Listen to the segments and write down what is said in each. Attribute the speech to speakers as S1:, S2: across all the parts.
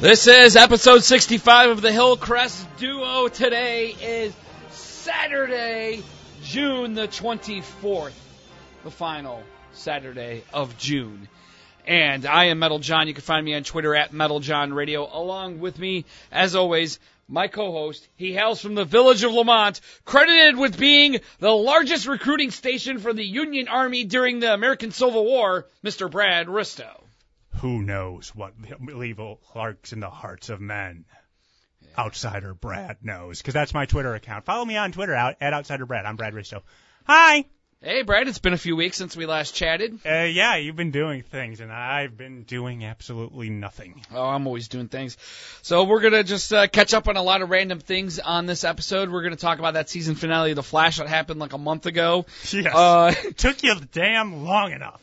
S1: This is episode 65 of the Hillcrest Duo. Today is Saturday, June the 24th, the final Saturday of June. And I am Metal John. You can find me on Twitter at Metal John Radio. Along with me, as always, my co-host. He hails from the village of Lamont, credited with being the largest recruiting station for the Union Army during the American Civil War, Mr. Brad Risto.
S2: Who knows what evil lurks in the hearts of men? Outsider Brad knows, because that's my Twitter account. Follow me on Twitter out, at Outsider Brad. I'm Brad Risto. Hi.
S1: Hey, Brad, it's been a few weeks since we last chatted.
S2: Uh, yeah, you've been doing things, and I've been doing absolutely nothing.
S1: Oh, I'm always doing things. So we're gonna just uh, catch up on a lot of random things on this episode. We're gonna talk about that season finale of The Flash that happened like a month ago.
S2: Yes.
S1: Uh,
S2: Took you damn long enough.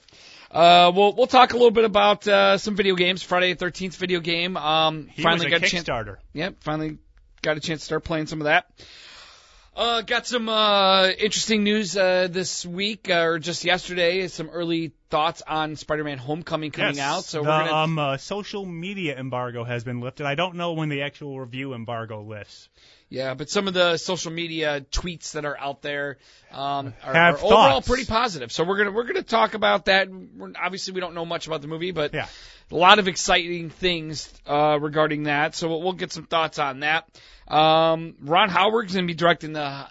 S1: uh, we'll we'll talk a little bit about uh, some video games. Friday the 13th video game. Um,
S2: He
S1: finally
S2: was a
S1: got a chance.
S2: Kickstarter.
S1: Yep, finally got a chance to start playing some of that. Uh, got some uh, interesting news uh, this week uh, or just yesterday. Some early thoughts on Spider-Man: Homecoming coming
S2: Yes.
S1: out. So
S2: the
S1: we're gonna
S2: um, uh, social media embargo has been lifted. I don't know when the actual review embargo lifts.
S1: Yeah, but some of the social media tweets that are out there um, are,
S2: Have
S1: are overall
S2: thoughts.
S1: pretty positive. So we're gonna we're gonna talk about that. We're, obviously, we don't know much about the movie, but
S2: Yeah.
S1: a lot of exciting things uh, regarding that. So we'll, we'll get some thoughts on that. Um, Ron Howard's gonna be directing the uh,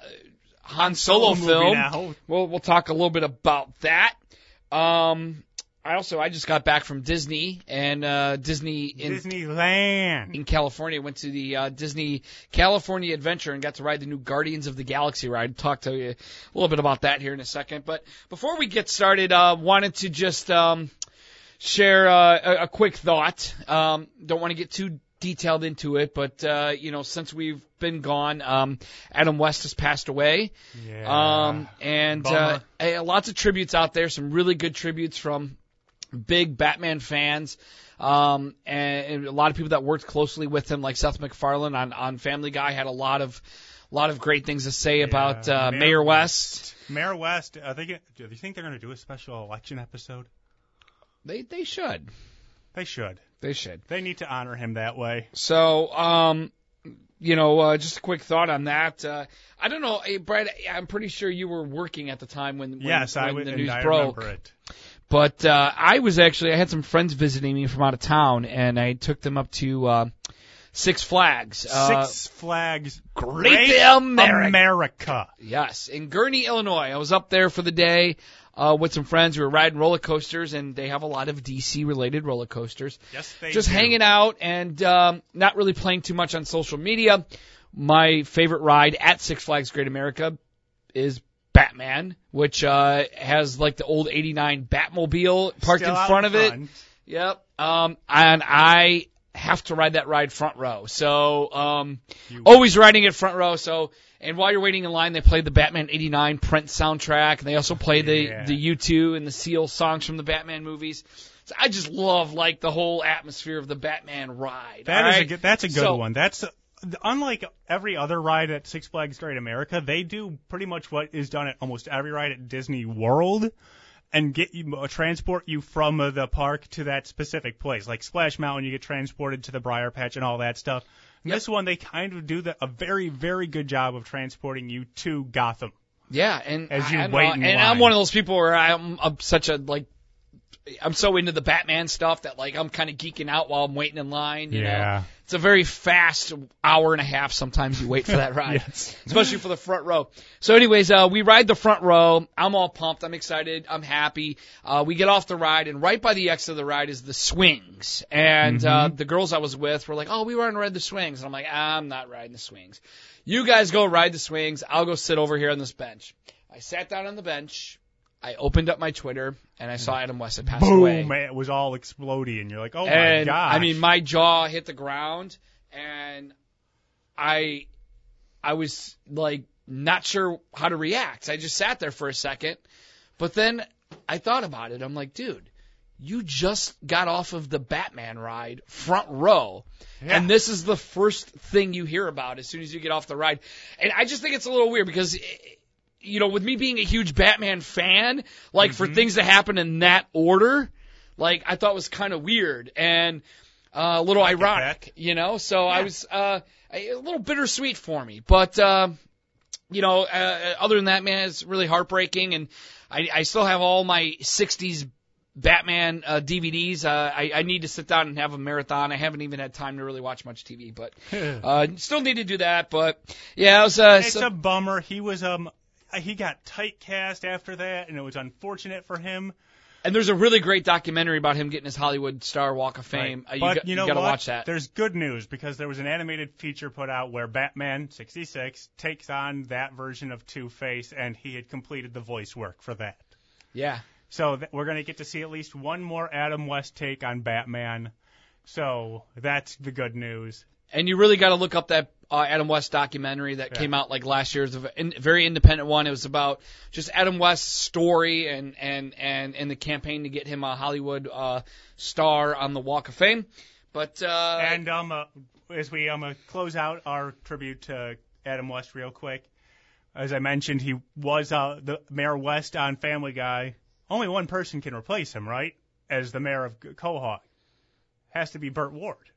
S1: Han Solo
S2: movie
S1: film.
S2: now.
S1: We'll we'll talk a little bit about that. Um, I also I just got back from Disney and uh, Disney in
S2: Disneyland.
S1: in California. Went to the uh, Disney California Adventure and got to ride the new Guardians of the Galaxy ride. Talk to you a little bit about that here in a second. But before we get started, uh, wanted to just um, share uh, a, a quick thought. Um, don't want to get too detailed into it, but uh, you know, since we've been gone, um, Adam West has passed away.
S2: Yeah.
S1: Um, and uh,
S2: Bummer.
S1: eh, lots of tributes out there. Some really good tributes from big Batman fans. Um, and, and a lot of people that worked closely with him, like Seth MacFarlane on, on Family Guy, had a lot of lot of great things to say about
S2: Yeah,
S1: uh,
S2: Mayor
S1: Mayor, West.
S2: Mayor West, are they gonna, do you think they're going to do a special election episode?
S1: They they should
S2: They should.
S1: they should.
S2: They need to honor him that way.
S1: So um, you know, uh, just a quick thought on that. Uh, I don't know, eh, Brad. I'm pretty sure you were working at the time when, when
S2: yes, I
S1: when
S2: would.
S1: the
S2: and
S1: news
S2: I
S1: broke.
S2: remember it.
S1: But uh, I was actually I had some friends visiting me from out of town, and I took them up to uh, Six Flags. Uh,
S2: Six Flags
S1: Great America.
S2: America.
S1: Yes, in Gurnee, Illinois. I was up there for the day uh, with some friends. We were riding roller coasters, and they have a lot of DC related roller coasters.
S2: Yes, they
S1: Just
S2: do.
S1: hanging out and um, not really playing too much on social media. My favorite ride at Six Flags Great America is. Batman, which uh, has like the old '89 Batmobile parked
S2: Still
S1: in
S2: out
S1: front of it.
S2: front.
S1: Yep. Um, and I have to ride that ride front row. So, um,
S2: You-
S1: always riding it front row. So, and while you're waiting in line, they play the Batman 89 print soundtrack and they also play the,
S2: Yeah.
S1: the U2 and the Seal songs from the Batman movies. So I just love like the whole atmosphere of the Batman ride.
S2: That
S1: all
S2: is a
S1: right?
S2: good, that's a good
S1: So-
S2: one. That's uh, unlike every other ride at Six Flags Great America. They do pretty much what is done at almost every ride at Disney World. And get you uh, transport you from uh, the park to that specific place, like Splash Mountain. You get transported to the Briar Patch and all that stuff. And
S1: Yep.
S2: This one, they kind of do the, a very, very good job of transporting you to Gotham.
S1: Yeah, and
S2: As you
S1: I, I don't
S2: wait
S1: know,
S2: in
S1: and I'm
S2: line.
S1: one of those people where I'm, I'm such a like, I'm so into the Batman stuff that like I'm kind of geeking out while I'm waiting in line. You
S2: Yeah.
S1: know? it's a very fast hour and a half. Sometimes you wait for that ride,
S2: Yes.
S1: especially for the front row. So, anyways, uh, we ride the front row. I'm all pumped. I'm excited. I'm happy. Uh, we get off the ride, and right by the exit of the ride is the swings. And uh,
S2: Mm-hmm.
S1: the girls I was with were like, "Oh, we were on ride the swings," and I'm like, "I'm not riding the swings." You guys go ride the swings. I'll go sit over here on this bench. I sat down on the bench. I opened up my Twitter and I saw Adam West had passed away.
S2: Mm. Boom! It was all exploding, and you're like, oh
S1: and
S2: my god!
S1: I mean, my jaw hit the ground, and I, I was like not sure how to react. I just sat there for a second, but then I thought about it. I'm like, dude, you just got off of the Batman ride front row.
S2: Yeah.
S1: And this is the first thing you hear about as soon as you get off the ride. And I just think it's a little weird because, eh, you know, with me being a huge Batman fan,
S2: Mm-hmm.
S1: like for things to happen in that order, like I thought was kind of weird. And Uh, a little ironic,
S2: that.
S1: you know. So I was uh, a a little bittersweet for me, but uh, you know, uh, other than that, man, it's really heartbreaking, and I, I still have all my '60s Batman uh, DVDs. Uh, I, I need to sit down and have a marathon. I haven't even had time to really watch much TV, but uh, still need to do that. But yeah, it was uh,
S2: It's
S1: so-
S2: a bummer. He was um he got typecast after that, and it was unfortunate for him.
S1: and there's a really great documentary about him getting his Hollywood Star Walk of Fame. Uh, you,
S2: but
S1: got-
S2: you, know
S1: gotta
S2: what?
S1: watch that.
S2: There's good news because there was an animated feature put out where Batman 66 takes on that version of Two Face, and he had completed the voice work for that.
S1: yeah.
S2: So th- we're going to get to see at least one more Adam West take on Batman. So that's the good news.
S1: and you really got to look up that uh, Adam West documentary that
S2: Yeah.
S1: came out like last year's a in- very independent one. It was about just Adam West's story and and and and the campaign to get him a Hollywood uh, star on the Walk of Fame. But uh,
S2: And um, uh, as we um, uh, close out our tribute to Adam West real quick, as I mentioned, he was uh, the Mayor West on Family Guy. Only one person can replace him, right? As the mayor of Quahog. Has to be Burt Ward.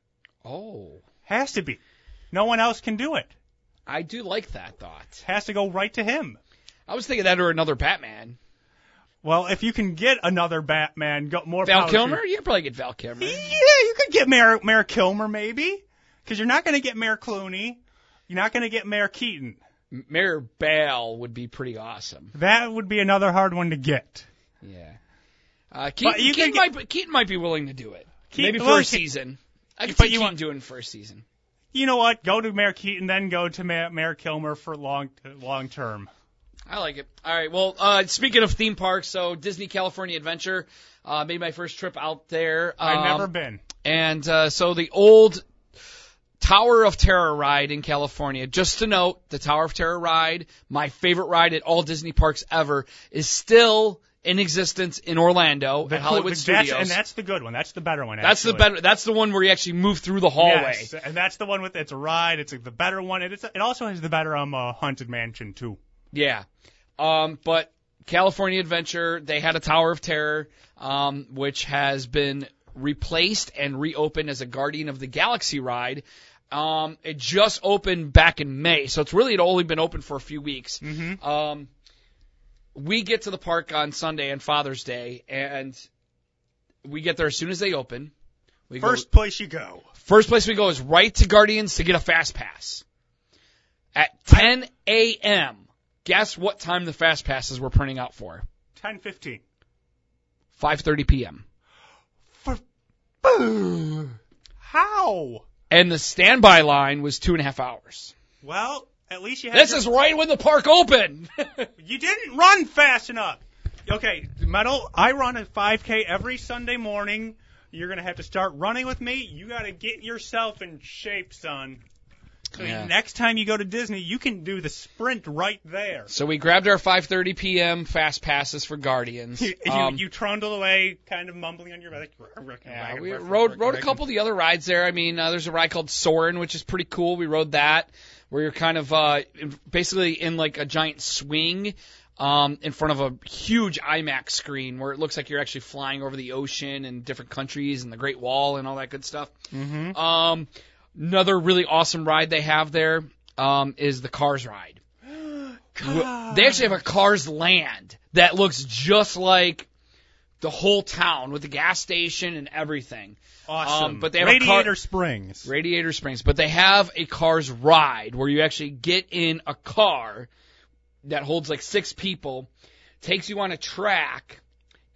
S1: oh,
S2: Has to be. No one else can do it.
S1: I do like that thought.
S2: Has to go right to him.
S1: I was thinking that or another Batman.
S2: Well, if you can get another Batman, go more
S1: Val
S2: power to you.
S1: Kilmer, you could probably get Val Kilmer.
S2: Yeah, you could get Mayor, Mayor Kilmer maybe, because you're not going to get Mayor Clooney. You're not going to get Mayor Keaton.
S1: Mayor Bale would be pretty awesome.
S2: That would be another hard one to get.
S1: Yeah. Uh, Keaton,
S2: you could
S1: Keaton,
S2: get-
S1: might, Keaton might be willing to do it.
S2: Keaton-
S1: Maybe
S2: well,
S1: for a
S2: Ke-
S1: season. I could
S2: But
S1: see
S2: you
S1: Keaton
S2: want-
S1: doing for a season.
S2: You know what? Go to Mayor Keaton, then go to Ma- Mayor Kilmer for long long term.
S1: I like it. All right. Well, uh, speaking of theme parks, so Disney California Adventure uh, made my first trip out there. Um,
S2: I've never been.
S1: And uh, so the old Tower of Terror ride in California. Just to note, the Tower of Terror ride, my favorite ride at all Disney parks ever, is still in existence in Orlando at Hollywood
S2: that's,
S1: Studios.
S2: and that's the good one. That's the better one.
S1: That's the
S2: actually.
S1: better. That's the one where you actually move through the hallway.
S2: Yes, and that's the one with it's a ride. It's like the better one. and It's it also has the better um uh, haunted mansion too.
S1: Yeah. Um, but California Adventure, they had a Tower of Terror, um, which has been replaced and reopened as a Guardian of the Galaxy ride. Um, it just opened back in May, so it's really had only been open for a few weeks. Um, we get to the park on Sunday and Father's Day, and we get there as soon as they open. We go-
S2: First place you go.
S1: First place we go is right to Guardians to get a fast pass. At 10 a.m., guess what time the fast passes were printing out for?
S2: Ten fifteen.
S1: 5:30 p.m.
S2: For how?
S1: And the standby line was two and a half hours.
S2: Well, at least you had
S1: This
S2: your-
S1: is right when the park opened.
S2: You didn't run fast enough. Okay, Metal, I run a 5K every Sunday morning. You're going to have to start running with me. You got to get yourself in shape, son. So
S1: Yeah.
S2: next time you go to Disney, you can do the sprint right there.
S1: so we grabbed our 5:30 p.m. fast passes for Guardians.
S2: You,
S1: Um,
S2: you, you trundle away, kind of mumbling on your back.
S1: Yeah, we rode rode a couple of the other rides there. I mean, uh, there's a ride called Soarin', which is pretty cool. We rode that, where you're kind of uh, in- basically in like a giant swing um, in front of a huge IMAX screen, where it looks like you're actually flying over the ocean and different countries and the Great Wall and all that good stuff. Mm-hmm. Um, another really awesome ride they have there um, is the Cars ride.
S2: Ah.
S1: Well, They actually have a Cars Land that looks just like the whole town with the gas station and everything.
S2: Awesome.
S1: um, but they have a car-
S2: Radiator Springs.
S1: Radiator Springs, but they have a Cars Ride where you actually get in a car that holds like six people, takes you on a track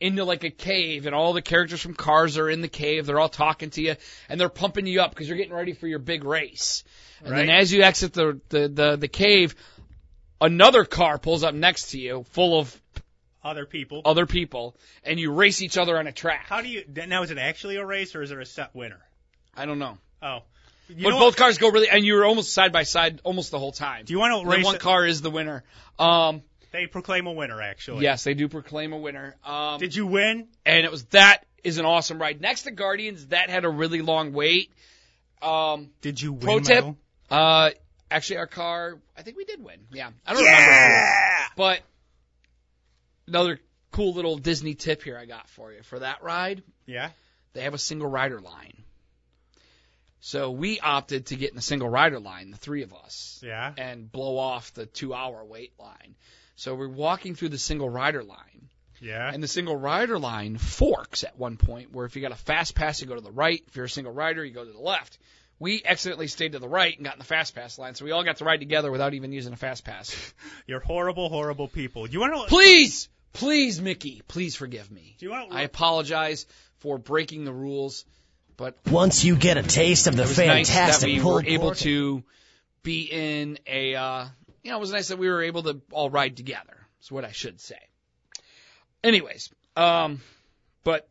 S1: into like a cave, and all the characters from Cars are in the cave. They're all talking to you, and they're pumping you up because you're getting ready for your big race. And then
S2: Right.
S1: as you exit the, the the the cave, another car pulls up next to you, full of
S2: Other people.
S1: other people, and you race each other on a track.
S2: How do you. Now, is it actually a race or is there a set winner?
S1: I don't know.
S2: Oh. You
S1: but
S2: know
S1: both cars go really, and you were almost side by side almost the whole time.
S2: Do you want to
S1: And then
S2: race?
S1: one car is the winner. Um,
S2: They proclaim a winner, actually.
S1: yes, they do proclaim a winner. Um,
S2: Did you win?
S1: and it was that is an awesome ride. Next to Guardians, that had a really long wait. Um,
S2: Did you win?
S1: pro tip,
S2: Michael?
S1: uh, actually our car, I think we did win. Yeah, I don't remember,
S2: Yeah.
S1: but another cool little Disney tip here I got for you for that ride.
S2: Yeah.
S1: They have a single rider line. So we opted to get in the single rider line, the three of us
S2: Yeah.
S1: and blow off the two hour wait line. So we're walking through the single rider line.
S2: Yeah.
S1: And the single rider line forks at one point where if you got a fast pass, you go to the right. If you're a single rider, you go to the left. We accidentally stayed to the right and got in the fast pass line, so we all got to ride together without even using a fast pass.
S2: You're horrible, horrible people. You want to?
S1: Please, please, Mickey, please forgive me.
S2: Do you want?
S1: I apologize for breaking the rules, but
S3: Once you get a taste of the
S1: it was nice that
S3: fantastic
S1: we
S3: pulled
S1: were able
S3: pork-
S1: to be in a uh, you know it was nice that we were able to all ride together is what i should say anyways um but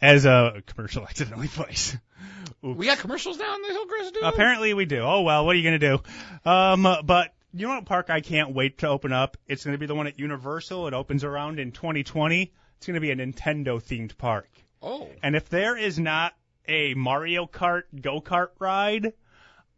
S2: As a commercial accidentally plays.
S1: we got commercials now on the hillcrest dude
S2: Apparently we do. Oh well, what are you gonna do? Um, but you know what park I can't wait to open up? It's gonna be the one at Universal. It opens around in 2020. It's gonna be a Nintendo themed park.
S1: oh
S2: And if there is not a Mario Kart go kart ride,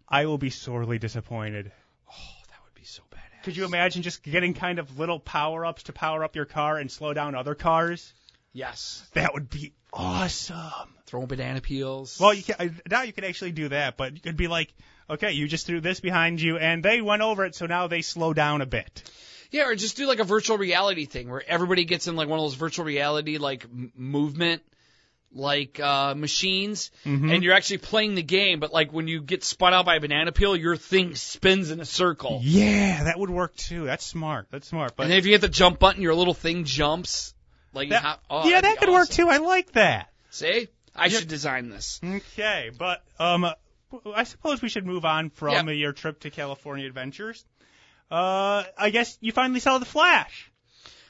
S2: I will be sorely disappointed.
S1: oh that would be so badass
S2: Could you imagine just getting kind of little power ups to power up your car and slow down other cars?
S1: yes
S2: That would be awesome.
S1: throwing banana peels
S2: Well, you can, I- now you can actually do that, but you could be like, okay, you just threw this behind you, and they went over it, so now they slow down a bit.
S1: yeah or just do like a virtual reality thing where everybody gets in like one of those virtual reality like m- movement like uh machines and you're actually playing the game but like when you get spun out by a banana peel your thing spins in a circle
S2: Yeah, that would work too. That's smart. That's smart. But
S1: and then if you hit the jump button, your little thing jumps. Like
S2: that,
S1: how, oh,
S2: yeah,
S1: that'd
S2: that
S1: be
S2: could work
S1: awesome.
S2: too. I like that.
S1: See, I should design this.
S2: Okay, but um, I suppose we should move on from
S1: Yeah.
S2: your trip to California Adventures. Uh, I guess you finally saw the Flash.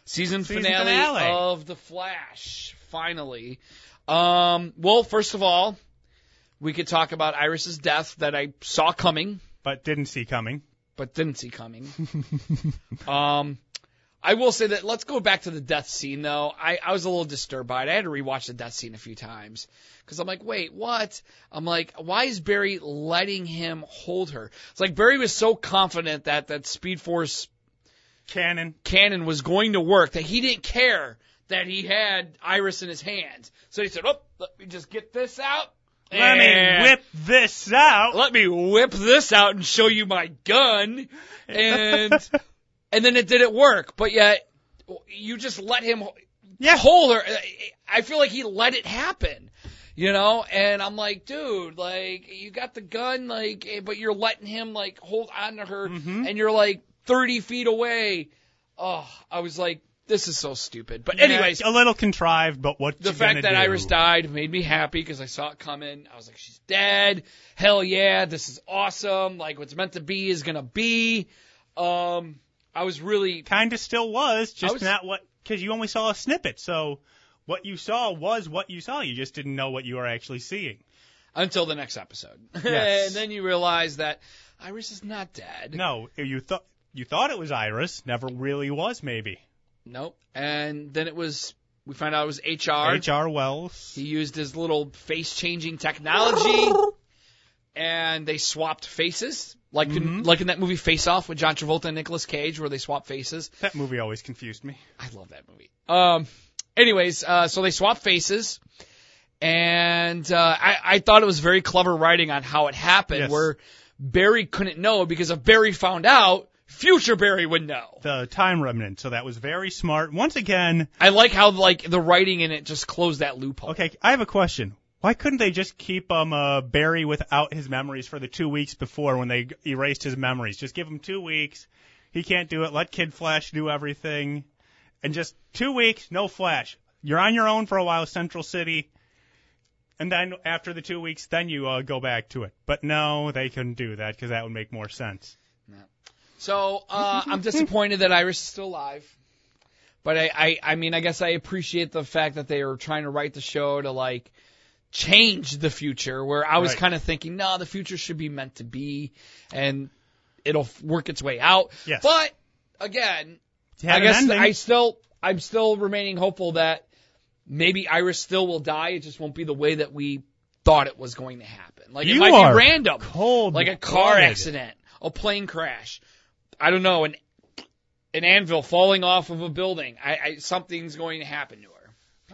S1: Season,
S2: Season
S1: finale,
S2: finale.
S1: of The Flash, finally. Um, well, first of all, we could talk about Iris's death that I saw coming
S2: But didn't see coming.
S1: but didn't see coming. um, I will say that let's go back to the death scene though. I, I was a little disturbed by it. I had to rewatch the death scene a few times because I'm like, wait, what? I'm like, why is Barry letting him hold her? It's like Barry was so confident that that Speed Force
S2: Cannon.
S1: cannon was going to work that he didn't care that he had Iris in his hands. So he said, oh, let me just get this out.
S2: Let
S1: and-
S2: me whip this out.
S1: let me whip this out and show you my gun and and then it didn't work but yet you just let him
S2: Yeah.
S1: hold her i feel like he let it happen you know and i'm like dude like you got the gun like eh, but you're letting him like hold on to her
S2: Mhm.
S1: and you're like 30 feet away oh i was like this is so stupid but
S2: Yeah,
S1: anyways
S2: a little contrived, but what
S1: the
S2: you
S1: fact
S2: gonna
S1: that
S2: do?
S1: Iris died made me happy because I saw it coming. I was like, she's dead. Hell yeah, this is awesome. Like what's meant to be is gonna be. Um, I was really
S2: kind of still was, just
S1: was-
S2: not what because you only saw a snippet. So what you saw was what you saw. You just didn't know what you were actually seeing.
S1: until the next episode,
S2: Yes.
S1: and then you realize that Iris is not dead.
S2: No, you thought you thought it was Iris, never really was. Maybe
S1: Nope. And then it was we found out it was HR.
S2: H.R. Wells.
S1: He used his little face changing technology, and they swapped faces. Like,
S2: Mm-hmm.
S1: in, like in that movie Face Off with John Travolta and Nicolas Cage, where they swap faces.
S2: That movie always confused me.
S1: I love that movie. Um, anyways, uh, so they swap faces, and uh, I, I thought it was very clever writing on how it happened,
S2: Yes.
S1: where Barry couldn't know because if Barry found out, future Barry would know.
S2: The time remnant. So that was very smart. Once again,
S1: I like how like the writing in it just closed that loophole.
S2: okay. I have a question. Why couldn't they just keep um uh, Barry without his memories for the two weeks before when they g- erased his memories? Just give him two weeks. He can't do it. Let Kid Flash do everything, and just two weeks, no Flash. You're on your own for a while, Central City, and then after the two weeks, then you uh, go back to it. But no, they couldn't do that because that would make more sense.
S1: So uh, I'm disappointed that Iris is still alive. But I, I, I mean, I guess I appreciate the fact that they were trying to write the show to like change the future, where I was
S2: Right.
S1: kind of thinking, no, the future should be meant to be, and it'll f- work its way out.
S2: Yes.
S1: But again,
S2: It had
S1: I
S2: an
S1: guess
S2: ending.
S1: I still, I'm still remaining hopeful that maybe Iris still will die. It just won't be the way that we thought it was going to happen. Like it
S2: You
S1: might
S2: are
S1: be random
S2: cold,
S1: like a car
S2: blooded.
S1: accident, a plane crash, I don't know, an an anvil falling off of a building. I, I something's going to happen to her.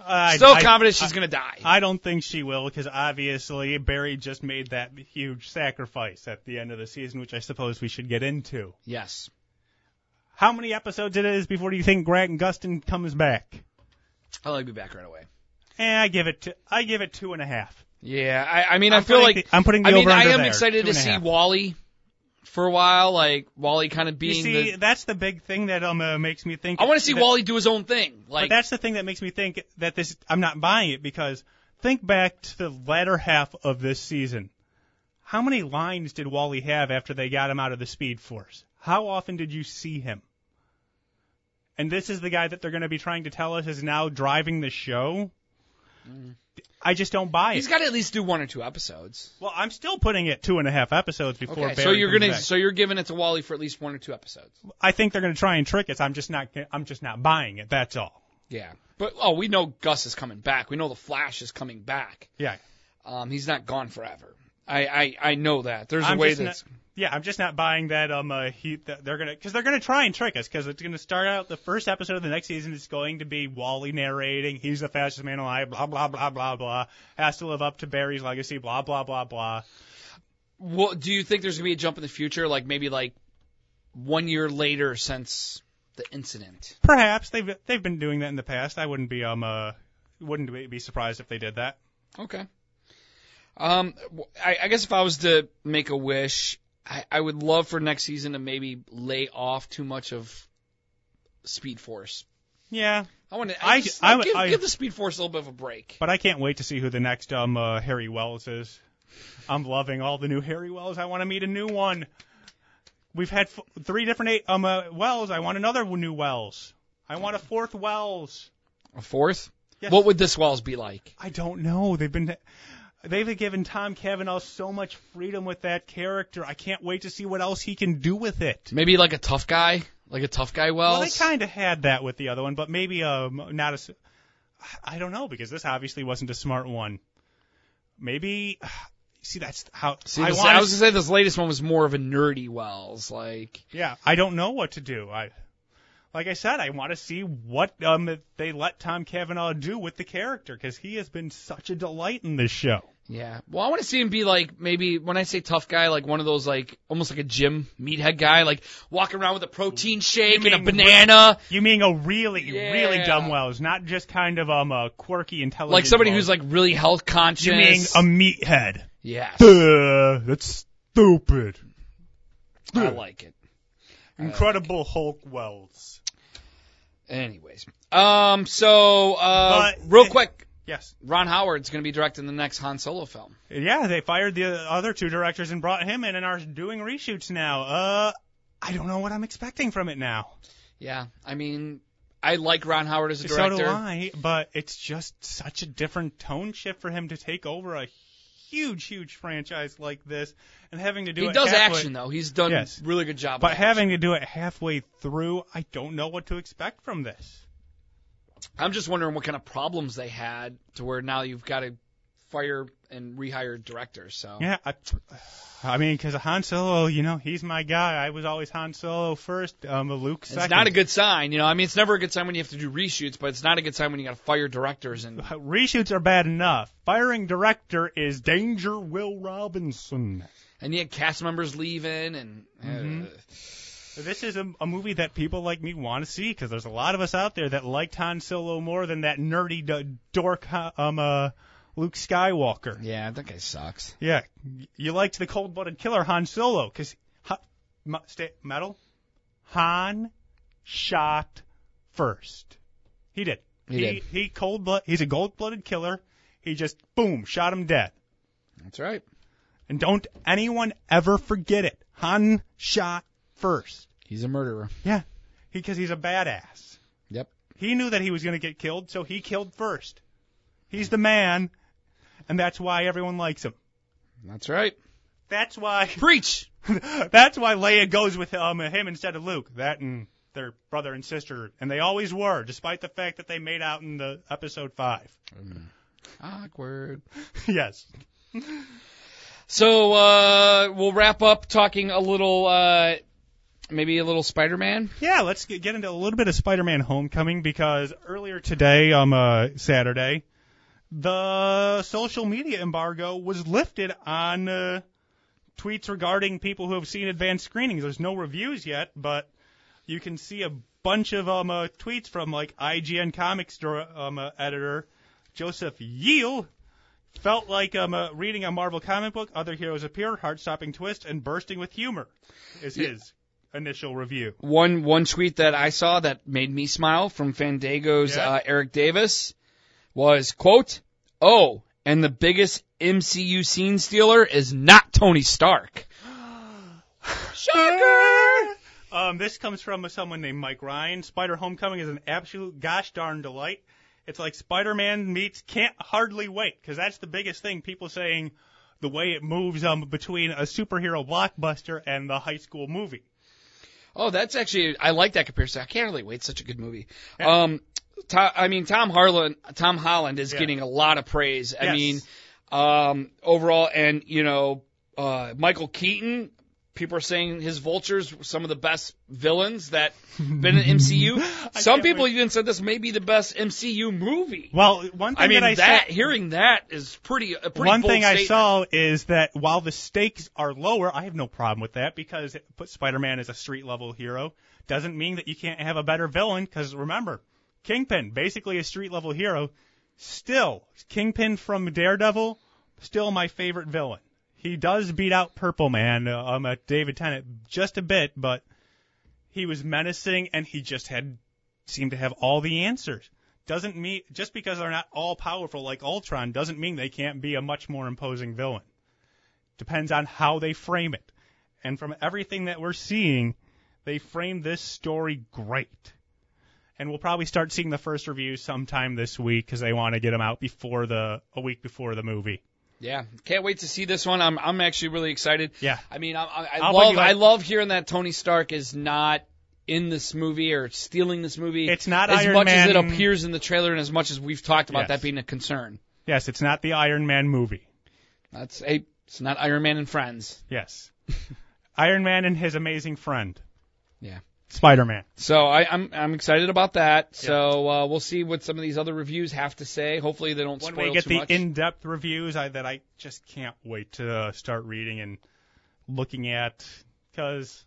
S2: I,
S1: Still
S2: Uh, I-
S1: confident
S2: I-
S1: she's going to die.
S2: I don't think she will because obviously Barry just made that huge sacrifice at the end of the season, which I suppose we should get into.
S1: yes.
S2: How many episodes it is before do you think Grant Gustin comes back?
S1: I'll be back right away.
S2: Eh, I give it t I give it two and a half.
S1: Yeah, I, I mean, i
S2: I'm
S1: feel
S2: putting
S1: like
S2: the- I'm putting the
S1: I mean, I
S2: over-under
S1: am
S2: there,
S1: excited
S2: two
S1: to
S2: and a
S1: see
S2: half.
S1: Wally for a while, like Wally kind of
S2: You
S1: being
S2: see,
S1: the.
S2: that's the big thing that um uh, makes me think.
S1: I want to see
S2: that-
S1: Wally do his own thing.
S2: But
S1: Like,
S2: that's the thing that makes me think that this I'm not buying it because think back to the latter half of this season. How many lines did Wally have after they got him out of the Speed Force? How often did you see him? And this is the guy that they're going to be trying to tell us is now driving the show. I just don't buy
S1: Mm. he's
S2: it.
S1: got to at least do one or two episodes.
S2: well, I'm still putting it two and a half episodes before.
S1: Okay,
S2: Barry
S1: so you're
S2: comes
S1: gonna
S2: back.
S1: so you're giving it to Wally for at least one or two episodes.
S2: I think they're going to try and trick us. I'm just not. I'm just not buying it. That's all.
S1: Yeah, but oh, we know Gus is coming back. We know the Flash is coming back.
S2: Yeah.
S1: Um, he's not gone forever. I I, I know that. There's
S2: I'm
S1: a way
S2: just
S1: that's
S2: not- yeah, I'm just not buying that. Um, uh, he, that they're gonna because they're gonna try and trick us because it's gonna start out the first episode of the next season is going to be Wally narrating. He's the fastest man alive. Blah blah blah blah blah. Has to live up to Barry's legacy. Blah blah blah blah.
S1: Well, do you think there's gonna be a jump in the future? Like maybe like one year later since the incident.
S2: Perhaps they've they've been doing that in the past. I wouldn't be um uh wouldn't be- be surprised if they did that.
S1: Okay. Um, w- I, I guess if I was to make a wish, I, I would love for next season to maybe lay off too much of Speed Force.
S2: Yeah,
S1: I want to.
S2: I- I would-
S1: give,
S2: I-
S1: give the Speed Force a little bit of a break.
S2: but I can't wait to see who the next um uh, Harry Wells is. I'm loving all the new Harry Wells. I want to meet a new one. We've had f- three different eight, um uh, Wells. I want another new Wells. I want a fourth Wells.
S1: A fourth?
S2: Yes.
S1: What would this Wells be like?
S2: I don't know. They've been they've given Tom Cavanaugh so much freedom with that character. I can't wait to see what else he can do with it.
S1: Maybe like a tough guy, like a tough guy Wells.
S2: Well, they kind of had that with the other one, but maybe um not as I don't know because this obviously wasn't a smart one. Maybe see that's how
S1: See,
S2: I
S1: this- I,
S2: wanna
S1: was gonna say this latest one was more of a nerdy Wells, like
S2: Yeah, I don't know what to do. I, like I said, I want to see what um they let Tom Cavanaugh do with the character because he has been such a delight in this show.
S1: yeah. Well, I want to see him be like maybe when I say tough guy, like one of those like almost like a gym meathead guy, like walking around with a protein shake and a
S2: mean-
S1: banana,
S2: You mean a really,
S1: Yeah.
S2: really dumb Wells, not just kind of um a quirky, intelligent.
S1: like somebody
S2: Wells.
S1: who's like really health conscious.
S2: You mean a meathead?
S1: yes,
S2: Duh, that's stupid.
S1: I like it.
S2: Incredible Hulk Wells.
S1: Anyways, um, so uh,
S2: But-
S1: real quick,
S2: Yes.
S1: Ron Howard's gonna be directing the next Han Solo film.
S2: Yeah, they fired the other two directors and brought him in and are doing reshoots now. Uh, I don't know what I'm expecting from it now.
S1: Yeah, I mean, I like Ron Howard as a director.
S2: So do I, but it's just such a different tone shift for him to take over a huge, huge franchise like this and having to do
S1: He
S2: it
S1: does
S2: halfway,
S1: action though. He's done
S2: Yes.
S1: really good job.
S2: But
S1: of
S2: having to do it halfway through, I don't know what to expect from this.
S1: action. I'm just wondering what kind of problems they had to where now you've got to fire and rehire directors. So
S2: Yeah, I, I mean, because Han Solo, you know, he's my guy. I was always Han Solo first, um, Luke
S1: it's
S2: second.
S1: not a good sign. You know, I mean, it's never a good sign when you have to do reshoots, but it's not a good sign when you got to fire directors and
S2: Reshoots are bad enough. Firing director is Danger Will Robinson.
S1: and you had cast members leaving and. uh,
S2: Mm-hmm. This is a, a movie that people like me want to see because there's a lot of us out there that liked Han Solo more than that nerdy d- dork um, uh, Luke Skywalker.
S1: yeah, that guy sucks.
S2: Yeah, y- you liked the cold-blooded killer Han Solo because ha, m- stay, metal Han shot first. He did.
S1: He
S2: he,
S1: did.
S2: he cold blood. He's a cold-blooded killer. He just boom shot him dead.
S1: That's right.
S2: And don't anyone ever forget it. Han shot first.
S1: He's a murderer.
S2: Yeah, because he's a badass.
S1: Yep.
S2: He knew that he was going to get killed, so he killed first. He's the man, and that's why everyone likes him.
S1: That's right.
S2: That's why.
S1: Preach.
S2: that's why Leia goes with um, him instead of Luke. That and their brother and sister, and they always were, despite the fact that they made out in the episode five.
S1: Awkward.
S2: yes.
S1: So uh, we'll wrap up talking a little uh, maybe a little Spider-Man.
S2: Yeah, let's get get into a little bit of Spider-Man: Homecoming because earlier today, um, uh, Saturday, the social media embargo was lifted on uh, tweets regarding people who have seen advanced screenings. There's no reviews yet, but you can see a bunch of um uh, tweets from like IGN Comics dir- um, uh, editor Joseph Yeel. Felt like um, uh, reading a Marvel comic book. Other heroes appear, heart-stopping twist, and bursting with humor, is his initial review.
S1: One one tweet that I saw that made me smile from Fandango's
S2: Yeah.
S1: uh, Eric Davis was quote, "Oh, and the biggest MCU scene stealer is not Tony Stark."
S2: Shocker! Um, this comes from someone named Mike Ryan. Spider Homecoming is an absolute gosh darn delight. It's like Spider Man meets Can't Hardly Wait, because that's the biggest thing people saying the way it moves um, between a superhero blockbuster and the high school movie.
S1: Oh, that's actually I like that comparison. I can't really wait. It's such a good movie. Um, To- I mean Tom Harlan, Tom Holland is
S2: Yeah.
S1: getting a lot of praise. I
S2: Yes.
S1: mean, um, overall, and you know, uh, Michael Keaton. People are saying his vultures were some of the best villains that been in MCU. some
S2: can't
S1: people
S2: wait.
S1: even said this may be the best MCU movie.
S2: Well, one thing
S1: I mean,
S2: that I
S1: that
S2: saw.
S1: hearing that is pretty. A pretty
S2: One
S1: bold
S2: thing I
S1: statement.
S2: saw is that while the stakes are lower, I have no problem with that because Spider Man is a street level hero. Doesn't mean that you can't have a better villain because remember, Kingpin, basically a street level hero, still, Kingpin from Daredevil, still my favorite villain. He does beat out Purple Man, uh, um, at David Tennant, just a bit, but he was menacing and he just had seemed to have all the answers. Doesn't mean just because they're not all powerful like Ultron doesn't mean they can't be a much more imposing villain. Depends on how they frame it. And from everything that we're seeing, they frame this story great. And we'll probably start seeing the first reviews sometime this week because they want to get them out before the a week before the movie.
S1: Yeah, can't wait to see this one. I'm I'm actually really excited.
S2: Yeah.
S1: I mean, I, I, I
S2: How about
S1: love
S2: you like-
S1: I love hearing that Tony Stark is not in this movie or stealing this movie.
S2: It's not
S1: as
S2: Iron
S1: much as it
S2: Man-
S1: appears in the trailer, and as much as we've talked about
S2: Yes.
S1: that being a concern.
S2: Yes, it's not the Iron Man movie.
S1: That's hey, it's not Iron Man and Friends.
S2: Yes, Iron Man and his amazing friend.
S1: Yeah.
S2: Spider Man.
S1: So I, I'm I'm excited about that. So uh, we'll see what some of these other reviews have to say. Hopefully they don't
S2: when
S1: spoil
S2: we get
S1: too
S2: the
S1: much.
S2: in-depth reviews I, that I just can't wait to uh, start reading and looking at because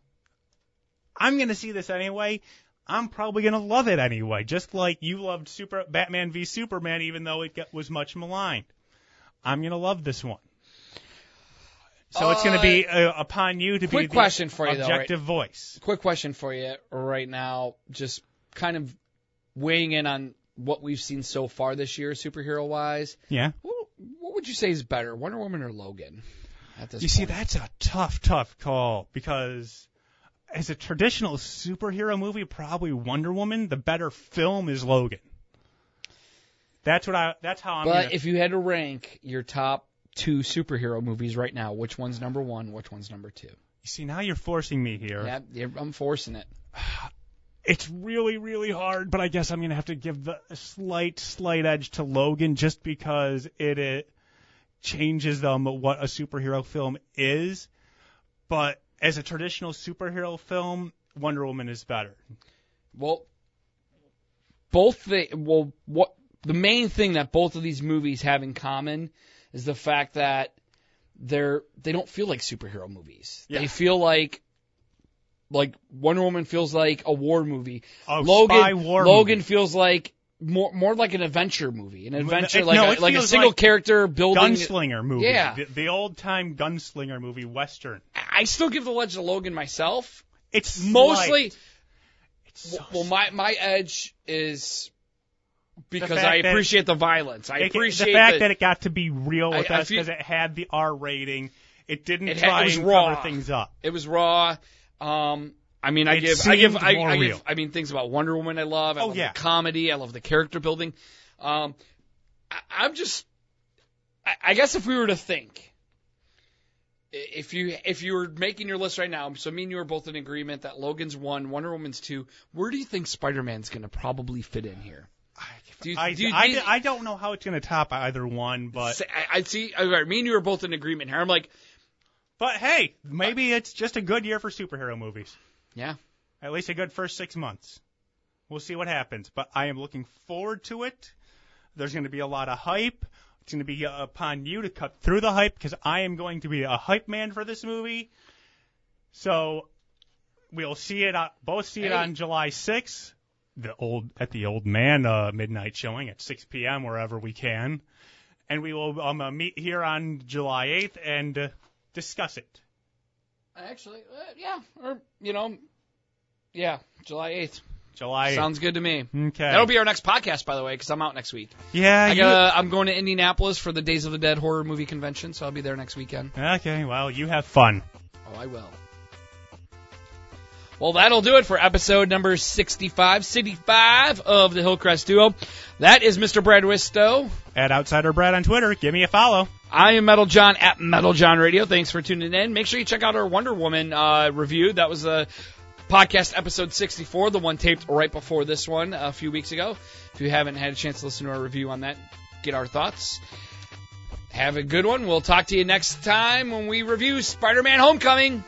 S2: I'm gonna see this anyway. I'm probably gonna love it anyway, just like you loved Super Batman v Superman, even though it got, was much maligned. I'm gonna love this one. So it's gonna be uh, upon you to be
S1: quick
S2: the
S1: question for you, though, right?
S2: objective voice.
S1: Quick question for you right now, just kind of weighing in on what we've seen so far this year, superhero wise.
S2: Yeah.
S1: What what would you say is better, Wonder Woman or Logan? At this
S2: You
S1: point?
S2: see, that's a tough, tough call because as a traditional superhero movie, probably Wonder Woman. The better film is Logan. That's what I. That's how I'm.
S1: But
S2: gonna,
S1: if you had to rank your top two superhero movies right now, which one's number one, which one's number two?
S2: you see, now you're forcing me here.
S1: Yeah, yeah, I'm forcing it.
S2: It's really, really hard, but I guess I'm gonna have to give the slight, slight edge to Logan just because it, it changes them what a superhero film is. But as a traditional superhero film, Wonder Woman is better.
S1: Well, both the well, what the main thing that both of these movies have in common is the fact that they're they don't feel like superhero movies. They
S2: Yeah.
S1: feel like like Wonder Woman feels like a war movie.
S2: A
S1: Logan
S2: spy war
S1: Logan
S2: movie.
S1: feels like more more like an adventure movie, an adventure
S2: it-
S1: like
S2: no,
S1: a,
S2: it
S1: like a
S2: feels
S1: single
S2: like
S1: character building.
S2: gunslinger movie.
S1: Yeah.
S2: The, the old time gunslinger movie western.
S1: I still give the Legend of Logan myself.
S2: It's
S1: Mostly,
S2: so
S1: well, my my edge is because
S2: fact
S1: I
S2: that-
S1: appreciate the violence. I
S2: slight. It-
S1: appreciate
S2: the fact
S1: the-
S2: that it got to be real with
S1: I- I
S2: us
S1: feel-
S2: because it had the R rating. It didn't
S1: It had- it
S2: try
S1: was
S2: and
S1: raw.
S2: cover things up.
S1: It was raw. Um, I mean, I
S2: It
S1: give, I give,
S2: seemed
S1: I,
S2: more
S1: I give,
S2: real.
S1: I mean, things about Wonder Woman I love. I
S2: Oh,
S1: love
S2: yeah.
S1: the comedy. I love the character building. Um, I, I'm just, I, I guess if we were to think, i- if you if you were making your list right now, so me and you are both in agreement that Logan's one, Wonder Woman's two. Where do you think Spider Man's going to probably fit in here? Do you-
S2: I,
S1: do you-
S2: I,
S1: do you-
S2: I don't know how it's going to top either one, but
S1: Say- I, I see. All right, me and you are both in agreement here. I'm like,
S2: but hey, maybe it's just a good year for superhero movies.
S1: Yeah.
S2: At least a good first six months. We'll see what happens, but I am looking forward to it. There's going to be a lot of hype. It's going to be uh, upon you to cut through the hype because I am going to be a hype man for this movie. So we'll see it. On, both see it
S1: Hey.
S2: on July 6th, the old at the old man uh, midnight showing at 6 p.m. wherever we can, and we will um, uh, meet here on July 8th and uh, discuss it.
S1: Actually, uh, yeah, or you know, yeah, July eighth
S2: July. 8th.
S1: sounds good to me.
S2: okay.
S1: That'll be our next podcast, by the way, because I'm out next week.
S2: yeah.
S1: I
S2: you-
S1: gotta, I'm going to Indianapolis for the Days of the Dead horror movie convention, so I'll be there next weekend.
S2: okay. Well, you have fun.
S1: Oh, I will. Well, that'll do it for episode number 65, 65 of the Hillcrest Duo. That is Mr. Brad Wistow.
S2: At Outsider Brad on Twitter, give me a follow.
S1: I am Metal John at Metal John Radio. Thanks for tuning in. Make sure you check out our Wonder Woman uh, review. That was a podcast episode 64, the one taped right before this one a few weeks ago. If you haven't had a chance to listen to our review on that, get our thoughts. Have a good one. We'll talk to you next time when we review Spider Man Homecoming.